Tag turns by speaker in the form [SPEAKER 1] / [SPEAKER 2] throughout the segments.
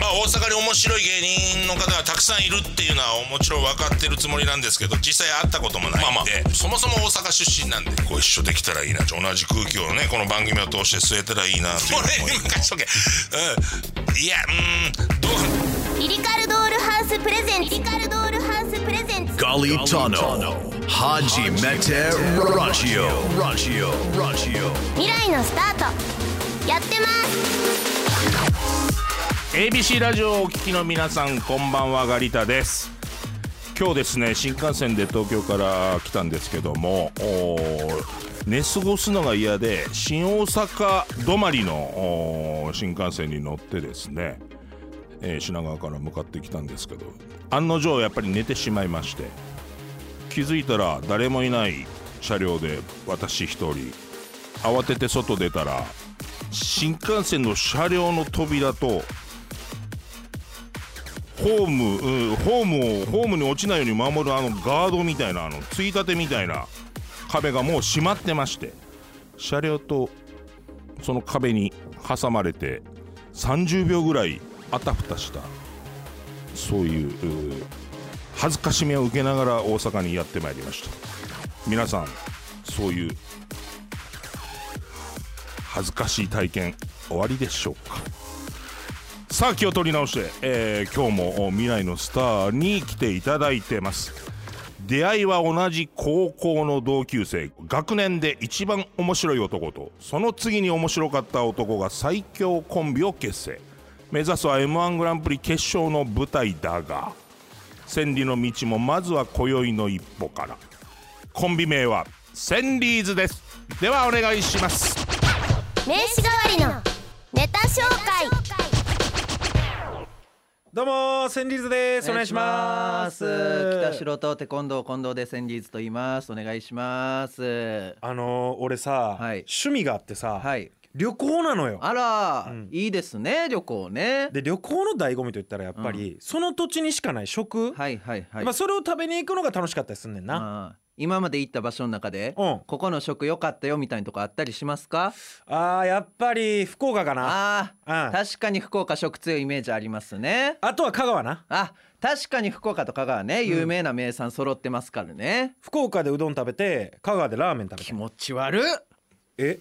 [SPEAKER 1] あ大阪に面白い芸人の方がたくさんいるっていうのはもちろん分かってるつもりなんですけど実際会ったこともないんで、
[SPEAKER 2] まあま
[SPEAKER 1] そもそも大阪出身なんでご一緒できたらいいな同じ空気をねこの番組を通して据えたらいいなっていう
[SPEAKER 2] これ
[SPEAKER 1] 思い
[SPEAKER 2] に任しとけ
[SPEAKER 1] うんいやうんどう
[SPEAKER 3] リリカルドールハウスプレゼンツリリカルドールハウスプレゼンツ
[SPEAKER 4] Gali Tano. Haji Mete Raggio. Raggio. Raggio.
[SPEAKER 3] 未来のスタートやってます
[SPEAKER 5] ABC ラジオをお聞きの皆さんこんばんはガリタです今日ですね新幹線で東京から来たんですけどもおー寝過ごすのが嫌で新大阪止まりのおー新幹線に乗ってですね、えー品川から向かってきたんですけど案の定やっぱり寝てしまいまして気づいたら誰もいない車両で私一人慌てて外出たら新幹線の車両の扉とホーム、うんホームをホームに落ちないように守るあのガードみたいなあのついたてみたいな壁がもう閉まってまして車両とその壁に挟まれて30秒ぐらいあたふたしたそういううん恥ずかしめを受けながら大阪にやってまいりました皆さんそういう恥ずかしい体験終わりでしょうかさあ気を取り直して、えー今日もお未来のスターに来ていただいてます出会いは同じ高校の同級生学年で一番面白い男とその次に面白かった男が最強コンビを結成目指すは m 1グランプリ決勝の舞台だが千里の道もまずは今宵の一歩からコンビ名は千里ーズですではお願いします
[SPEAKER 3] 名刺代わりのネタ紹介
[SPEAKER 6] どうもー、センリーズです。お願いします。
[SPEAKER 7] 北城とテコンドー近藤でセンリーズと言います。お願いします。
[SPEAKER 6] あのー、俺さ、
[SPEAKER 7] はい
[SPEAKER 6] 趣味があってさ、
[SPEAKER 7] はい。
[SPEAKER 6] 旅行なのよ。
[SPEAKER 7] あら、
[SPEAKER 6] うん
[SPEAKER 7] いいですね旅行ね。
[SPEAKER 6] で、旅行の醍醐味と言ったら、やっぱり、その土地にしかない食。
[SPEAKER 7] はいはいはい。
[SPEAKER 6] まあ、それを食べに行くのが楽しかったりすんねんな。
[SPEAKER 7] あー今まで行った場所の中で、
[SPEAKER 6] うん
[SPEAKER 7] ここの食良かったよみたいなとこあったりしますか？
[SPEAKER 6] あー、やっぱり福岡かな。
[SPEAKER 7] ああ、
[SPEAKER 6] うん
[SPEAKER 7] 確かに福岡食強いイメージありますね。
[SPEAKER 6] あとは香川な。
[SPEAKER 7] あ確かに福岡と香川ね有名な名産揃ってますからね。
[SPEAKER 6] 福岡でうどん食べて、香川でラーメン食べ
[SPEAKER 7] 気
[SPEAKER 6] て。
[SPEAKER 7] 持ち悪っ。
[SPEAKER 6] え、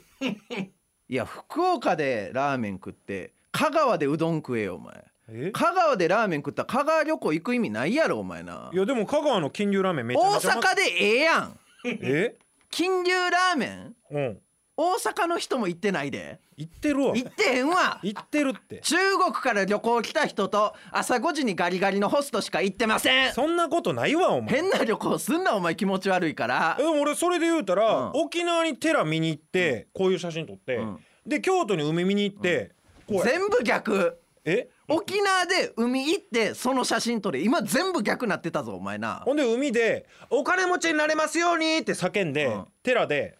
[SPEAKER 7] いや福岡でラーメン食って香川でうどん食えよお前。
[SPEAKER 6] え。
[SPEAKER 7] 香川でラーメン食ったら香川旅行行く意味ないやろお前ない
[SPEAKER 6] や、でも、香川の金龍ラーメンめちゃ
[SPEAKER 7] 大
[SPEAKER 6] めちゃうま。
[SPEAKER 7] 阪でええやん
[SPEAKER 6] え、
[SPEAKER 7] 金龍ラーメン
[SPEAKER 6] うん。
[SPEAKER 7] 大阪の人も行ってないで
[SPEAKER 6] 行ってるわ。
[SPEAKER 7] 行ってへんわ
[SPEAKER 6] 行ってるって。
[SPEAKER 7] 中国から旅行来た人と朝5時にガリガリのホストしか行ってません
[SPEAKER 6] そんなことないわ、お前。
[SPEAKER 7] 変な旅行すんなお前気持ち悪いから
[SPEAKER 6] でも俺それで言うたら、
[SPEAKER 7] うん
[SPEAKER 6] 沖縄に寺見に行ってこういう写真撮って、
[SPEAKER 7] うん
[SPEAKER 6] で京都に海見に行って、こうや
[SPEAKER 7] 全部逆
[SPEAKER 6] え
[SPEAKER 7] 沖縄で海行ってその写真撮れ今全部逆なってたぞお前な
[SPEAKER 6] ほんで海で「お金持ちになれますように!」って叫んで、
[SPEAKER 7] うん
[SPEAKER 6] 寺で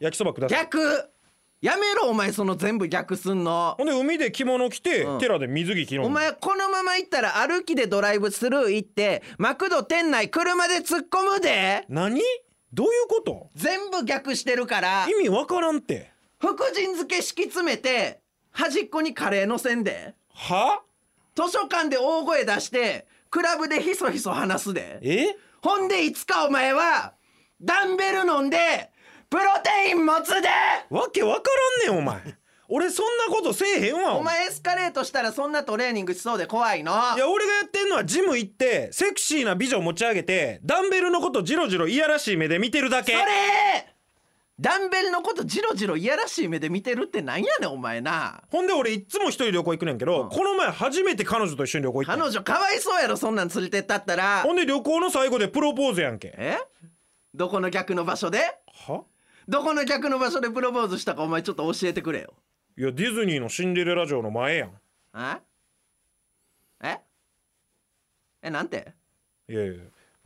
[SPEAKER 6] 焼きそばください
[SPEAKER 7] 逆やめろお前その全部逆すんの
[SPEAKER 6] ほんで海で着物着て、
[SPEAKER 7] うん
[SPEAKER 6] 寺で水着着る
[SPEAKER 7] お前このまま行ったら歩きでドライブスルー行ってマクド店内車で突っ込むで
[SPEAKER 6] 何どういうこと
[SPEAKER 7] 全部逆してるから
[SPEAKER 6] 意味わからんって
[SPEAKER 7] 福神漬け敷き詰めて端っこにカレーのせんで
[SPEAKER 6] は
[SPEAKER 7] 図書館で大声出してクラブでひそひそ話すで
[SPEAKER 6] え
[SPEAKER 7] ほんでいつかお前はダンベル飲んでプロテイン持つで
[SPEAKER 6] わけわからんねんお 前俺そんなことせえへんわ
[SPEAKER 7] お前エスカレートしたらそんなトレーニングしそうで怖いの
[SPEAKER 6] いや俺がやってんのはジム行ってセクシーな美女を持ち上げてダンベルのことジロジロいやらしい目で見てるだけ
[SPEAKER 7] それダンベルのことジロジロいやらしい目で見てるってなんやねんお前な
[SPEAKER 6] ほんで俺いっつも一人旅行行くねんけど、この前初めて彼女と一緒に旅行行った
[SPEAKER 7] 彼
[SPEAKER 6] の
[SPEAKER 7] 女かわいそうやろそんなん連れてったったら
[SPEAKER 6] ほんで旅行の最後でプロポーズやんけ
[SPEAKER 7] えどこの逆の場所で
[SPEAKER 6] は
[SPEAKER 7] どこの逆の場所でプロポーズしたかお前ちょっと教えてくれよ
[SPEAKER 6] いやディズニーのシンデレラ城の前やん
[SPEAKER 7] あええなんて
[SPEAKER 6] いやいや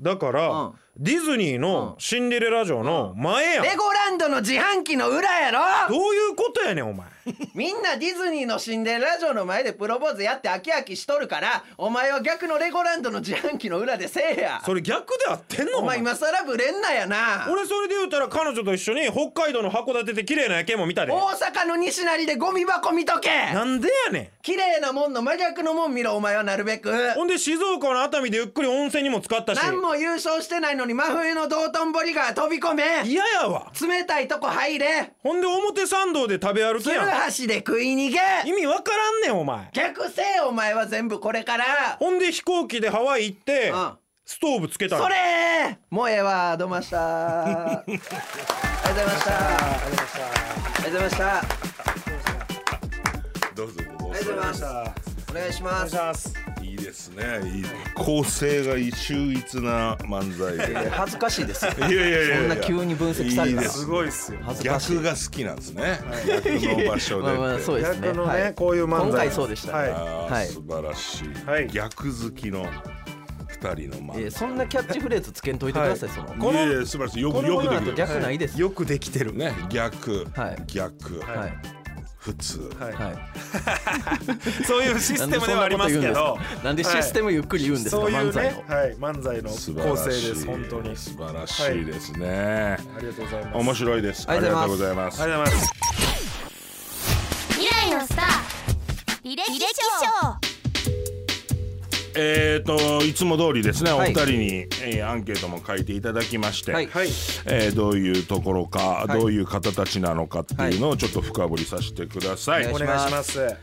[SPEAKER 6] だから、
[SPEAKER 7] うん
[SPEAKER 6] ディズニーのシンデレラ城の前やん、
[SPEAKER 7] レゴランドの自販機の裏やろ
[SPEAKER 6] どういうこと
[SPEAKER 8] やねんお前
[SPEAKER 7] みんなディズニーの神殿ラジオの前でプロポーズやって飽き飽きしとるからお前は逆のレゴランドの自販機の裏でせえや
[SPEAKER 8] それ逆で合ってんの
[SPEAKER 7] お前今更ブレんなやな
[SPEAKER 8] 俺それで言うたら彼女と一緒に北海道の函館で綺麗な夜景も見たで
[SPEAKER 7] 大阪の西成でゴミ箱見とけ
[SPEAKER 8] なんでやね
[SPEAKER 7] 綺麗なもんの真逆のもん見ろお前はなるべく
[SPEAKER 8] んほんで静岡の熱海でゆっくり温泉にも使ったし
[SPEAKER 7] 何も優勝してないのに真冬の道頓堀川飛び込め
[SPEAKER 8] 嫌やわ
[SPEAKER 7] 冷たいとこ入れ
[SPEAKER 8] ほんで表参道で食べ歩き
[SPEAKER 7] 鶴
[SPEAKER 8] やん
[SPEAKER 7] 橋で食い逃げ
[SPEAKER 8] 意味わからんねんお前
[SPEAKER 7] 逆せえお前は全部これから
[SPEAKER 8] ほんで飛行機でハワイ行って
[SPEAKER 7] うん
[SPEAKER 8] ストーブつけたの
[SPEAKER 7] それもうええわどうもありがとうございましたありがとうございましたありがとうございましたあ
[SPEAKER 5] どうぞどう
[SPEAKER 7] りがとうございましたお願いします
[SPEAKER 5] いいですねいい構成が秀逸な漫才 でいや
[SPEAKER 7] 恥ずかしいですよ
[SPEAKER 5] いやいやいや
[SPEAKER 7] そんな急に分析され
[SPEAKER 5] いい
[SPEAKER 7] た
[SPEAKER 5] で
[SPEAKER 7] ら
[SPEAKER 5] す
[SPEAKER 6] ごいっすよ
[SPEAKER 7] 恥ずかしい
[SPEAKER 5] 逆が好きなんですね逆の場所で
[SPEAKER 7] まあまあ
[SPEAKER 5] って
[SPEAKER 7] そうですね
[SPEAKER 6] 逆のね、
[SPEAKER 7] はい
[SPEAKER 6] こういう漫才
[SPEAKER 7] 今回そうでした
[SPEAKER 6] はい
[SPEAKER 5] あー
[SPEAKER 7] はい
[SPEAKER 5] 素晴らしい、
[SPEAKER 6] はい
[SPEAKER 5] 逆好きの二人の漫才
[SPEAKER 7] えーそんなキャッチフレーズつけんといてください、その
[SPEAKER 5] いやいや素晴らしいよくよ
[SPEAKER 7] 世
[SPEAKER 5] くでき
[SPEAKER 7] の中
[SPEAKER 5] てる
[SPEAKER 7] 逆ないです、
[SPEAKER 6] よくできてる
[SPEAKER 5] ね逆、
[SPEAKER 7] はい
[SPEAKER 5] 逆、
[SPEAKER 7] はいはい
[SPEAKER 5] 普通、
[SPEAKER 7] はい、
[SPEAKER 6] そういうシステムではありますけど
[SPEAKER 7] なんでそんなこと言うんですかなんでシステムゆっくり言うんですか、
[SPEAKER 6] そういう
[SPEAKER 7] 漫才を
[SPEAKER 6] ね、はい、漫才の
[SPEAKER 5] 素晴
[SPEAKER 6] 構
[SPEAKER 5] らし
[SPEAKER 6] 成
[SPEAKER 5] い
[SPEAKER 6] です本当に
[SPEAKER 5] 素晴らしいですね、
[SPEAKER 6] ありがとうございます
[SPEAKER 5] 面白いです
[SPEAKER 7] あ
[SPEAKER 5] あ
[SPEAKER 7] り
[SPEAKER 5] り
[SPEAKER 7] が
[SPEAKER 5] が
[SPEAKER 7] と
[SPEAKER 5] と
[SPEAKER 7] う
[SPEAKER 5] う
[SPEAKER 7] ご
[SPEAKER 5] ご
[SPEAKER 7] ざ
[SPEAKER 5] ざ
[SPEAKER 7] い
[SPEAKER 5] い
[SPEAKER 7] ま
[SPEAKER 5] ます
[SPEAKER 6] ありがとうございます
[SPEAKER 3] 未来のスター履歴書
[SPEAKER 5] えー、といつも通りですねお
[SPEAKER 7] はい
[SPEAKER 5] 二人に、えーアンケートも書いていただきまして、
[SPEAKER 7] はいはい
[SPEAKER 5] えーどういうところか、
[SPEAKER 7] はい
[SPEAKER 5] どういう方たちなのかっていうのをちょっと深掘りさせてください、
[SPEAKER 7] お
[SPEAKER 6] お
[SPEAKER 7] 願
[SPEAKER 6] 願
[SPEAKER 7] い
[SPEAKER 6] い
[SPEAKER 7] し
[SPEAKER 6] し
[SPEAKER 7] ま
[SPEAKER 6] ます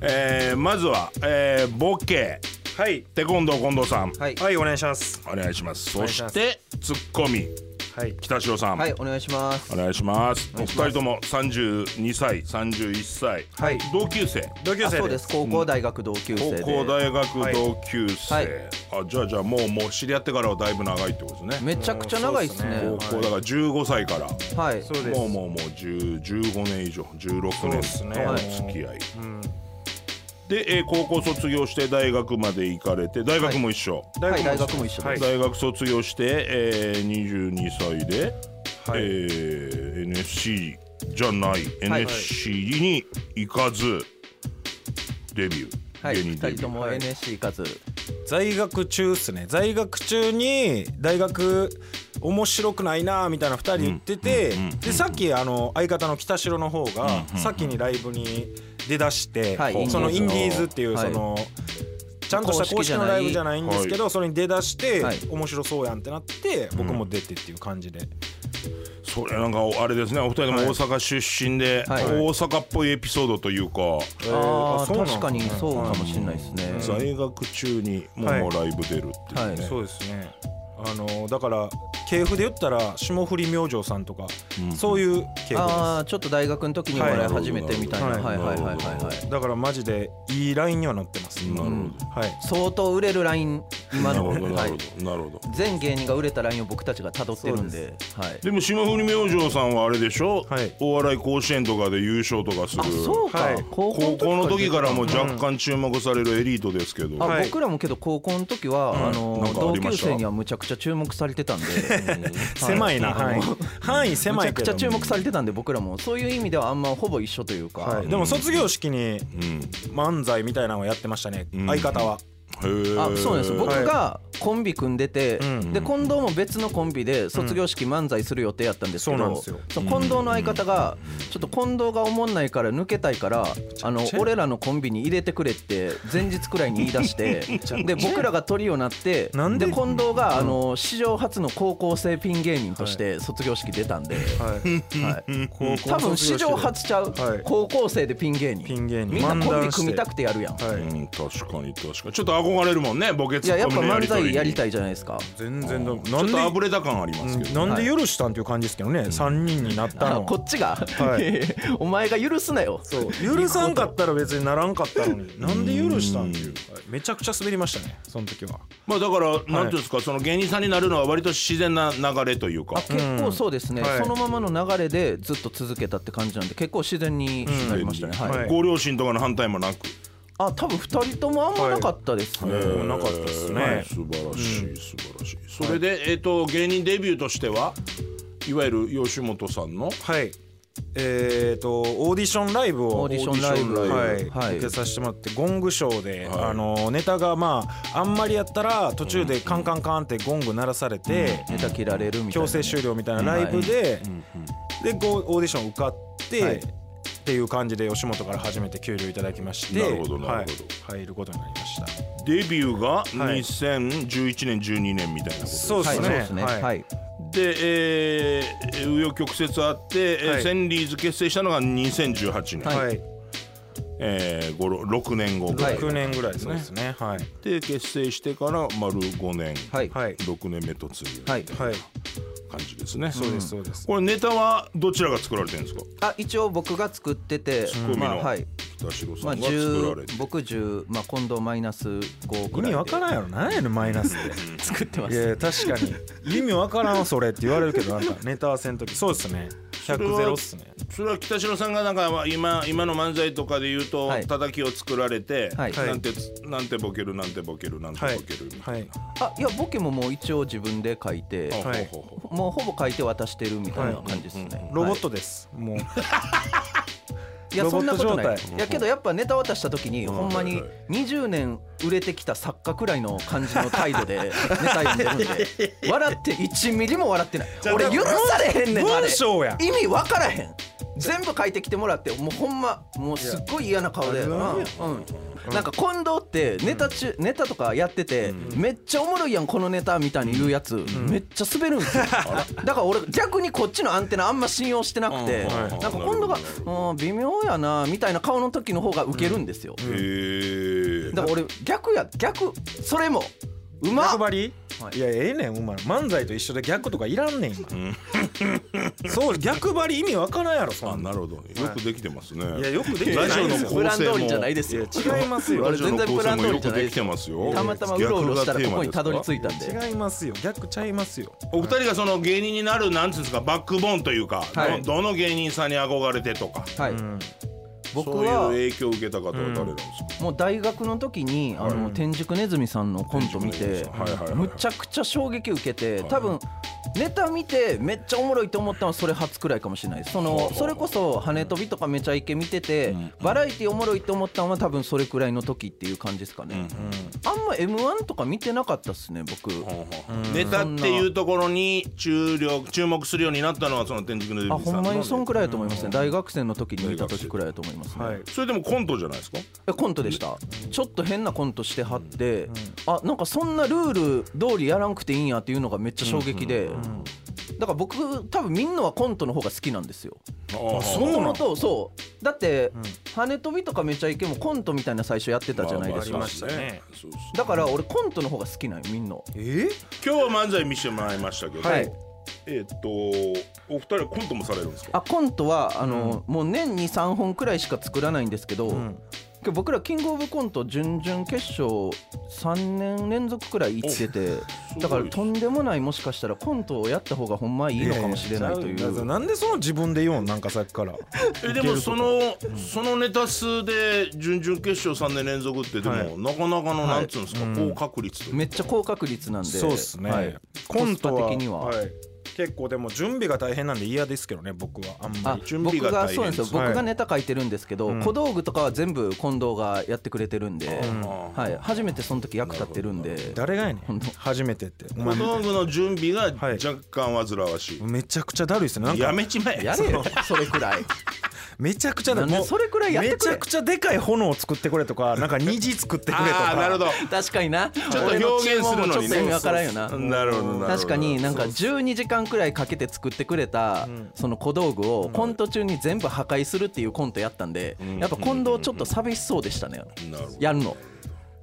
[SPEAKER 5] えーまずは、えーボケ
[SPEAKER 6] はい
[SPEAKER 5] テコンドー近藤さん、
[SPEAKER 7] はい
[SPEAKER 6] はいお願いします
[SPEAKER 5] お願いします
[SPEAKER 6] 願
[SPEAKER 5] そ
[SPEAKER 6] いしま
[SPEAKER 5] し
[SPEAKER 6] す
[SPEAKER 5] てツッコミ
[SPEAKER 6] はい
[SPEAKER 5] 北塩さん、
[SPEAKER 7] はいお願いします
[SPEAKER 5] お願いしますお二人とも32歳31歳、
[SPEAKER 7] はい
[SPEAKER 5] 同級生
[SPEAKER 6] 同級
[SPEAKER 7] あそう
[SPEAKER 6] 生
[SPEAKER 7] で
[SPEAKER 6] です
[SPEAKER 7] 高校大学同級生で、
[SPEAKER 5] 高校大学
[SPEAKER 6] はい
[SPEAKER 5] 同級生、
[SPEAKER 7] はい
[SPEAKER 5] あじゃあじゃあもうもう知り合ってからはだいぶ長いってことですね
[SPEAKER 7] めちゃくちゃ長いですね
[SPEAKER 5] 高校だから15歳から、
[SPEAKER 7] はい
[SPEAKER 6] そうです
[SPEAKER 5] もうもうもう10 15年以上16
[SPEAKER 6] そう
[SPEAKER 5] 年
[SPEAKER 6] ですね
[SPEAKER 5] の付き合い、で、えー高校卒業して大学まで行かれて大学も一緒、
[SPEAKER 7] はい大学も一緒
[SPEAKER 6] は
[SPEAKER 7] で
[SPEAKER 6] い
[SPEAKER 7] す、
[SPEAKER 5] 大学卒業して、えー、22歳で、
[SPEAKER 6] はい
[SPEAKER 5] えー NSC じゃない、NSC に行かずデビュー、
[SPEAKER 7] はい
[SPEAKER 5] 芸人
[SPEAKER 7] 二
[SPEAKER 5] デビュ
[SPEAKER 7] 人と
[SPEAKER 5] ー
[SPEAKER 7] も NSC かつ
[SPEAKER 6] 在学中っすね在学中に大学面白くないなみたいな2人言っててでさっきあの相方の北城の方が先にライブに出だして
[SPEAKER 7] はい
[SPEAKER 6] そのインディーズっていう
[SPEAKER 7] は
[SPEAKER 6] そ
[SPEAKER 7] い
[SPEAKER 6] のちゃんとした公式のライブじゃないんですけどそれに出だして
[SPEAKER 7] はい
[SPEAKER 6] 面白そうやんってなって僕も出てっていう感じで
[SPEAKER 5] それなんかあれですねお二人とも大阪出身で、
[SPEAKER 7] はい
[SPEAKER 5] 大阪っぽいエピソードというか、
[SPEAKER 6] えー
[SPEAKER 7] あ
[SPEAKER 6] あ
[SPEAKER 7] あ
[SPEAKER 6] そうなん
[SPEAKER 7] 確かにそうかもしれないですね、
[SPEAKER 5] 在学中にもう
[SPEAKER 6] はい
[SPEAKER 5] もうライブ出るっていうね、
[SPEAKER 7] はい
[SPEAKER 6] そうですねあのだから系譜で言ったら霜降り明星さんとかそういう系譜です。
[SPEAKER 7] ああちょっと大学の時にお笑い始めてみたいな、は、
[SPEAKER 6] はいい
[SPEAKER 7] はいはいはいはい
[SPEAKER 6] だからマジでいいラインにはなってます。
[SPEAKER 5] なる
[SPEAKER 6] はい。
[SPEAKER 7] 相当売れるライン今の
[SPEAKER 5] ほど
[SPEAKER 7] は
[SPEAKER 5] なる
[SPEAKER 7] い
[SPEAKER 5] ほどなるほど
[SPEAKER 7] 全芸人が売れたラインを僕たちが辿ってるんではい
[SPEAKER 5] でも霜降り明星さんはあれでしょ、
[SPEAKER 6] はい
[SPEAKER 5] お笑い甲子園とかで優勝とかする
[SPEAKER 7] あそうか、
[SPEAKER 6] はい
[SPEAKER 7] 高
[SPEAKER 5] 高校の時からも
[SPEAKER 7] う
[SPEAKER 5] 若干注目されるエリートですけど、
[SPEAKER 7] あ、
[SPEAKER 6] はい
[SPEAKER 7] 僕らもけど高校の時は、あの
[SPEAKER 5] なんかあ
[SPEAKER 7] 同
[SPEAKER 5] りま
[SPEAKER 7] 級
[SPEAKER 5] した
[SPEAKER 7] 生にはむちゃくちゃ注目されてたんで、
[SPEAKER 6] 狭いな範囲。範囲
[SPEAKER 7] む
[SPEAKER 6] 狭
[SPEAKER 7] ち
[SPEAKER 6] い
[SPEAKER 7] ゃ
[SPEAKER 6] け
[SPEAKER 7] くち
[SPEAKER 6] ど
[SPEAKER 7] ゃ注目されてたんで僕らもそういう意味ではあんまほぼ一緒というか、
[SPEAKER 6] はい。でも卒業式に漫才みたいなのをやってましたね。相方は。
[SPEAKER 5] へえ
[SPEAKER 7] あそうなんです僕がコンビ組んでて、で近藤も別のコンビで卒業式漫才する予定やったんですけど、
[SPEAKER 6] うんそうなんで
[SPEAKER 7] その近藤の相方がちょっと近藤がおもんないから抜けたいからあの俺らのコンビに入れてくれって前日くらいに言い出してで僕らがトリオになって
[SPEAKER 6] なんで
[SPEAKER 7] 近藤があの史上初の高校生ピン芸人として卒業式出たんで、
[SPEAKER 6] はい。
[SPEAKER 7] はい、
[SPEAKER 6] 高校
[SPEAKER 7] 多分史上
[SPEAKER 6] 卒業式
[SPEAKER 7] 初ちゃう、
[SPEAKER 6] はい
[SPEAKER 7] 高校生でピン芸人
[SPEAKER 6] ピン芸人
[SPEAKER 7] みんなコンビ
[SPEAKER 6] 漫談して
[SPEAKER 7] 組みたくてやるやん。
[SPEAKER 6] で。はい。
[SPEAKER 5] うん、確かに確かにちょっと憧れるもんねボケ
[SPEAKER 7] い
[SPEAKER 5] ツ
[SPEAKER 7] やや
[SPEAKER 5] ッ
[SPEAKER 7] っ
[SPEAKER 5] コ
[SPEAKER 7] ぱ
[SPEAKER 5] ミのや
[SPEAKER 7] 漫
[SPEAKER 5] り取り
[SPEAKER 7] 才やり
[SPEAKER 5] い
[SPEAKER 7] たいじゃないですか。
[SPEAKER 6] 全然だ。
[SPEAKER 5] ち
[SPEAKER 6] な
[SPEAKER 5] ょっ
[SPEAKER 6] ん
[SPEAKER 5] とあぶ
[SPEAKER 6] で。
[SPEAKER 5] れた感ありますけど、
[SPEAKER 6] なんで許したんっていう感じですけどね。三人になった
[SPEAKER 7] あ
[SPEAKER 6] の。
[SPEAKER 7] こっちが、
[SPEAKER 6] はい
[SPEAKER 7] お前が許すなよ
[SPEAKER 6] そう許さんかったら別にならんかったのになんで許したんっていうはいめちゃくちゃ滑りましたねその時は
[SPEAKER 5] まあだから、なんていうんですかその芸人さんになるのは割と自然な流れというか
[SPEAKER 7] あ結構そうですね、
[SPEAKER 6] はい
[SPEAKER 7] そのままの流れでずっと続けたって感じなんで結構自然になりましたね、はい
[SPEAKER 6] はい
[SPEAKER 5] ご両親とかの反対もなく、
[SPEAKER 7] あ多分2人ともあんまなかったですね、
[SPEAKER 6] もうなかったですね
[SPEAKER 5] はい素晴らしい、素晴らしいそれで、えっと芸人デビューとしてはいわゆる吉本さんの
[SPEAKER 6] はいえー、とオーディションライブを
[SPEAKER 7] オーディションライブ
[SPEAKER 6] はい
[SPEAKER 7] はい
[SPEAKER 6] 受けさせてもらってゴングショーで、
[SPEAKER 5] はい
[SPEAKER 6] あのネタがまああんまりやったら途中でカンカンカンってゴング鳴らされて、
[SPEAKER 7] ネタ切られるみたい
[SPEAKER 6] 強
[SPEAKER 7] な
[SPEAKER 6] 制終了みたいな
[SPEAKER 7] うん
[SPEAKER 6] ライブで、
[SPEAKER 5] うんうん
[SPEAKER 6] でこうオーディション受かって、
[SPEAKER 7] はい
[SPEAKER 6] っていう感じで吉本から初めて給料いただきまして
[SPEAKER 5] なるほどなるほ
[SPEAKER 6] はい、入ることになりました
[SPEAKER 5] デビューが
[SPEAKER 6] はい
[SPEAKER 5] 2011年12年みたいなことですね
[SPEAKER 6] そう
[SPEAKER 7] はいそうですね
[SPEAKER 6] は
[SPEAKER 7] はいい、
[SPEAKER 5] で、えー、紆余曲折あって、えー
[SPEAKER 6] はい
[SPEAKER 5] センリーズ結成したのが2018年、
[SPEAKER 7] はい
[SPEAKER 6] はい、
[SPEAKER 5] えー、5 6年後ぐらい、
[SPEAKER 6] 9年ぐらいですねそうですねはい
[SPEAKER 5] で結成してから丸5年、
[SPEAKER 7] はい
[SPEAKER 6] はい
[SPEAKER 5] 6年目突入
[SPEAKER 7] はい
[SPEAKER 6] はい
[SPEAKER 5] 感じですね、
[SPEAKER 6] そうですそうです
[SPEAKER 5] これネタはどちらが作られてるんですか
[SPEAKER 7] あ一応僕が作ってて
[SPEAKER 5] 組、の
[SPEAKER 7] まあはい
[SPEAKER 5] 北城さ
[SPEAKER 7] まあ、
[SPEAKER 5] んが作られ
[SPEAKER 7] 10
[SPEAKER 5] て、
[SPEAKER 7] 僕10、まあ、近藤マイナス
[SPEAKER 6] 意
[SPEAKER 7] 5ぐらい
[SPEAKER 6] 味
[SPEAKER 7] で
[SPEAKER 6] わからんやろ何やねんマイナスって
[SPEAKER 7] 作ってま
[SPEAKER 6] い
[SPEAKER 7] す
[SPEAKER 6] やい や確かに意味わからんわそれって言われるけど なんかネタ合わせの時そうですね100ゼロっすね
[SPEAKER 5] それは北城さんがなんか今今の漫才とかで言うと、
[SPEAKER 7] はい
[SPEAKER 5] 叩きを作られて、
[SPEAKER 7] はい
[SPEAKER 5] なんてなんてボケるなんてボケるなんて
[SPEAKER 6] はい
[SPEAKER 5] ボケるみたいな、
[SPEAKER 6] はい
[SPEAKER 7] あいやボケももう一応自分で書いて、
[SPEAKER 6] はい
[SPEAKER 5] ほうほうほう
[SPEAKER 7] もうほぼ書いて渡してるみたいな感じですね、
[SPEAKER 6] ロボッ
[SPEAKER 7] ト
[SPEAKER 6] トです もう
[SPEAKER 7] いや
[SPEAKER 6] ロボ
[SPEAKER 7] そ
[SPEAKER 6] ッ
[SPEAKER 7] ん
[SPEAKER 6] ト
[SPEAKER 7] なことない
[SPEAKER 6] 状
[SPEAKER 7] いやけどやっぱネタ渡した時にほんまに20年売れてきた作家くらいの感じの 態度でネタ読んでるんで笑って1ミリも笑ってない俺許されへんねんあれ
[SPEAKER 6] 文章や
[SPEAKER 7] 意味わからへん全部書いてきてもらってもうほんまもうすっごい嫌な顔でうんうんなんか近藤ってネタ中ネタとかやっててめっちゃおもろいやんこのネタみたいに言うやつめっちゃ滑るんですよだから俺逆にこっちのアンテナあんま信用してなくて
[SPEAKER 5] うん
[SPEAKER 7] なんか近藤がうん微妙やなみたいな顔の時の方がウケるんですよ
[SPEAKER 5] へー
[SPEAKER 7] だから俺逆や逆それもうま
[SPEAKER 6] 逆
[SPEAKER 7] っ
[SPEAKER 6] 張り
[SPEAKER 7] はい
[SPEAKER 6] いやええねんお前漫才と一緒で逆とかいらんねん今 そう逆張り意味わからんやろそ
[SPEAKER 5] あ
[SPEAKER 6] んな
[SPEAKER 5] なるほどよくできてますね、
[SPEAKER 6] いやよくできてな
[SPEAKER 5] ラジオの
[SPEAKER 6] いです
[SPEAKER 5] 構成も
[SPEAKER 6] よ
[SPEAKER 7] ブランド通りじゃないですよ
[SPEAKER 6] いや違います よ
[SPEAKER 5] ラジオの
[SPEAKER 7] 全然
[SPEAKER 5] 構
[SPEAKER 7] ブラ
[SPEAKER 5] 成
[SPEAKER 7] ン
[SPEAKER 5] も
[SPEAKER 7] ド通
[SPEAKER 5] よく
[SPEAKER 7] りじゃない
[SPEAKER 5] で
[SPEAKER 7] で
[SPEAKER 5] き
[SPEAKER 7] す
[SPEAKER 5] て
[SPEAKER 7] よ
[SPEAKER 5] ますよ
[SPEAKER 7] たまたまうろうろしたらここにたどり着
[SPEAKER 5] い
[SPEAKER 7] いたんで
[SPEAKER 6] 違いますよ逆ちゃいますよ
[SPEAKER 5] お二人がその芸人になるなんつうんですかバックボーンというか、
[SPEAKER 7] はい
[SPEAKER 5] どどの芸人さんに憧れてとか
[SPEAKER 7] はい
[SPEAKER 6] うん
[SPEAKER 7] 僕
[SPEAKER 5] そういう
[SPEAKER 7] は
[SPEAKER 5] 影響を受けた方は誰なんですか、
[SPEAKER 7] もう大学の時にあの天竺ネズミさんのコント見
[SPEAKER 5] 天竺ネズ
[SPEAKER 7] て
[SPEAKER 5] ミさんはいはいはい
[SPEAKER 7] むちゃくちゃ衝撃受けて多分ネタ見てめっちゃおもろいと思ったのはそれ初くらいかもしれないそのそれこそ「跳ね飛び」とか「めちゃイケ」見ててバラエティおもろいと思ったのは多分それくらいの時っていう感じですかねあんま m 1とか見てなかったっすね僕
[SPEAKER 5] ネタっていうところに注力注目するようになったのはその天竺の
[SPEAKER 7] あ
[SPEAKER 5] 指
[SPEAKER 7] ほ
[SPEAKER 5] さ
[SPEAKER 7] ん
[SPEAKER 5] ん
[SPEAKER 7] ま
[SPEAKER 5] の
[SPEAKER 7] にそんくらいだと思いますね大学生の時に見た時くらいだと思いますね
[SPEAKER 6] はい
[SPEAKER 5] それでもコントじゃないですか
[SPEAKER 7] えコントでしたちょっと変なコントしてはって、あなんかそんなルール通りやらんくていいんやっていうのがめっちゃ衝撃で、だから僕多分みんなはコントの方が好きなんですよ
[SPEAKER 5] あ
[SPEAKER 7] もともとそうだって、跳ね飛びとかめちゃイケもコントみたいな最初やってたじゃないですか、
[SPEAKER 5] まあまあありましたね
[SPEAKER 7] だから俺コントの方が好きなんよみんな
[SPEAKER 6] え
[SPEAKER 5] 今日は漫才見せてもらいましたけど、
[SPEAKER 7] はい
[SPEAKER 5] えっ、とお二人コントもされるんですか
[SPEAKER 7] あコントはあの、もう年に3本くらいしか作らないんですけど、けど僕らキングオブコント準々決勝3年連続くらい行っててだからとんでもないもしかしたらコントをやった方がほんまいいのかもしれないという、
[SPEAKER 6] なんでその自分で言うんなんかさっきから
[SPEAKER 5] えでもそのそのネタ数で準々決勝3年連続ってでも、
[SPEAKER 6] はい
[SPEAKER 5] なかなかのなんつうんですか、高確率というか
[SPEAKER 7] めっちゃ高確率なんで
[SPEAKER 6] そうっすね、
[SPEAKER 7] はい
[SPEAKER 6] コントは
[SPEAKER 7] コスパ的にはい
[SPEAKER 6] 結構でも準備が大変なんで嫌ですけどね僕はあんま
[SPEAKER 7] あ
[SPEAKER 6] り
[SPEAKER 5] 準備
[SPEAKER 7] 僕
[SPEAKER 5] が大
[SPEAKER 7] が
[SPEAKER 5] 変
[SPEAKER 7] そうなんですよ、
[SPEAKER 6] はい
[SPEAKER 7] 僕がネタ書いてるんですけど、小道具とかは全部近藤がやってくれてるんで、はい、初めてその時役立ってるんで
[SPEAKER 6] 誰がやね
[SPEAKER 7] ほ
[SPEAKER 6] ん
[SPEAKER 7] んと
[SPEAKER 6] 初めてってお
[SPEAKER 5] 小
[SPEAKER 6] 前
[SPEAKER 5] 道具の準備が
[SPEAKER 6] はい
[SPEAKER 5] 若干煩わしい、
[SPEAKER 6] めちゃくちゃだるいっすねなんか
[SPEAKER 5] やめちまえ
[SPEAKER 7] やれよそれくらい
[SPEAKER 6] めちゃくちゃだ
[SPEAKER 7] なんで
[SPEAKER 6] もう
[SPEAKER 7] それくらいやってく
[SPEAKER 6] め
[SPEAKER 7] れ
[SPEAKER 6] ちゃくちゃでかい炎を作ってくれとかなんか虹作ってく れと
[SPEAKER 5] あ
[SPEAKER 6] か
[SPEAKER 5] あなるほど
[SPEAKER 7] 確かになちょっ
[SPEAKER 5] と表現するのにね
[SPEAKER 7] ちょっと意味わからんよ
[SPEAKER 5] な
[SPEAKER 7] な
[SPEAKER 5] るほどなるほど
[SPEAKER 7] 確かになんか12時間くらいかけて作ってくれたその小道具をコント中に全部破壊するっていうコントやったんでやっぱ近藤ちょっと寂しそうでしたねやるの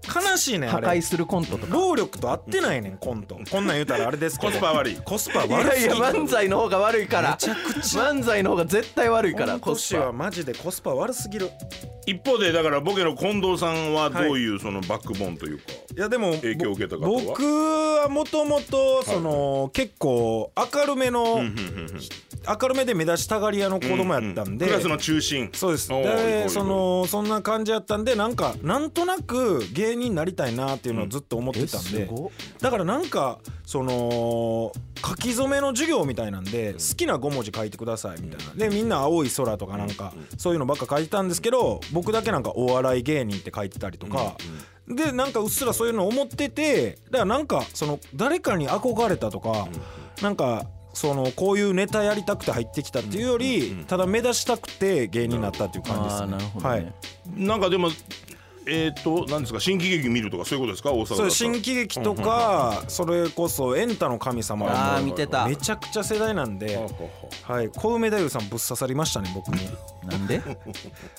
[SPEAKER 6] 悲しいねん
[SPEAKER 7] 破
[SPEAKER 6] あれ
[SPEAKER 7] 壊するコントとか
[SPEAKER 6] 労力と合ってないねんコントこんなん言うたらあれですけど
[SPEAKER 5] コスパ悪い
[SPEAKER 6] コスパ悪
[SPEAKER 7] いやい
[SPEAKER 6] すぎ
[SPEAKER 7] や漫才の方が悪いから
[SPEAKER 6] めちゃくち
[SPEAKER 7] 漫才の方が絶対悪いから
[SPEAKER 6] 今
[SPEAKER 7] コ
[SPEAKER 6] 年
[SPEAKER 7] ス
[SPEAKER 6] は
[SPEAKER 7] パ
[SPEAKER 6] マジでコスパ悪すぎる
[SPEAKER 5] 一方でだからボケの近藤さんはどういうそのバックボーンというか、
[SPEAKER 6] いやでも
[SPEAKER 5] 影響を受けた方は
[SPEAKER 6] ぼ僕はもともとその、結構明るめの、明るめで目立ちたがり屋の子供やったんで、
[SPEAKER 5] クラスの中心
[SPEAKER 6] そうです
[SPEAKER 5] おーいいよいい
[SPEAKER 6] で
[SPEAKER 5] よ
[SPEAKER 6] そのそんな感じやったんでなんかなんとなく芸人になりたいなっていうのをずっと思ってたんで、
[SPEAKER 7] えすごっ
[SPEAKER 6] だからなんかその書き初めの授業みたいなんで好きな5文字書いてくださいみたいなでみんな青い空とかなんかそういうのばっか書いてたんですけど僕だけなんかお笑い芸人って書いてたりとかでなんかうっすらそういうの思っててだからなんかその誰かに憧れたとかなんかそのこういうネタやりたくて入ってきたっていうよりただ目指したくて芸人になったっていう感じです
[SPEAKER 7] あー
[SPEAKER 6] ね
[SPEAKER 7] なるほどね
[SPEAKER 6] はい
[SPEAKER 5] なんかでもえっ、と何ですか新喜劇見るとかそういうことですか大阪だった
[SPEAKER 6] そ
[SPEAKER 5] ら
[SPEAKER 6] う新喜劇とかそれこそ「エンタの神様」
[SPEAKER 7] ああ見てた
[SPEAKER 6] めちゃくちゃ世代なんで、はい、小梅太夫さんぶっ刺さりましたね僕に
[SPEAKER 7] なんで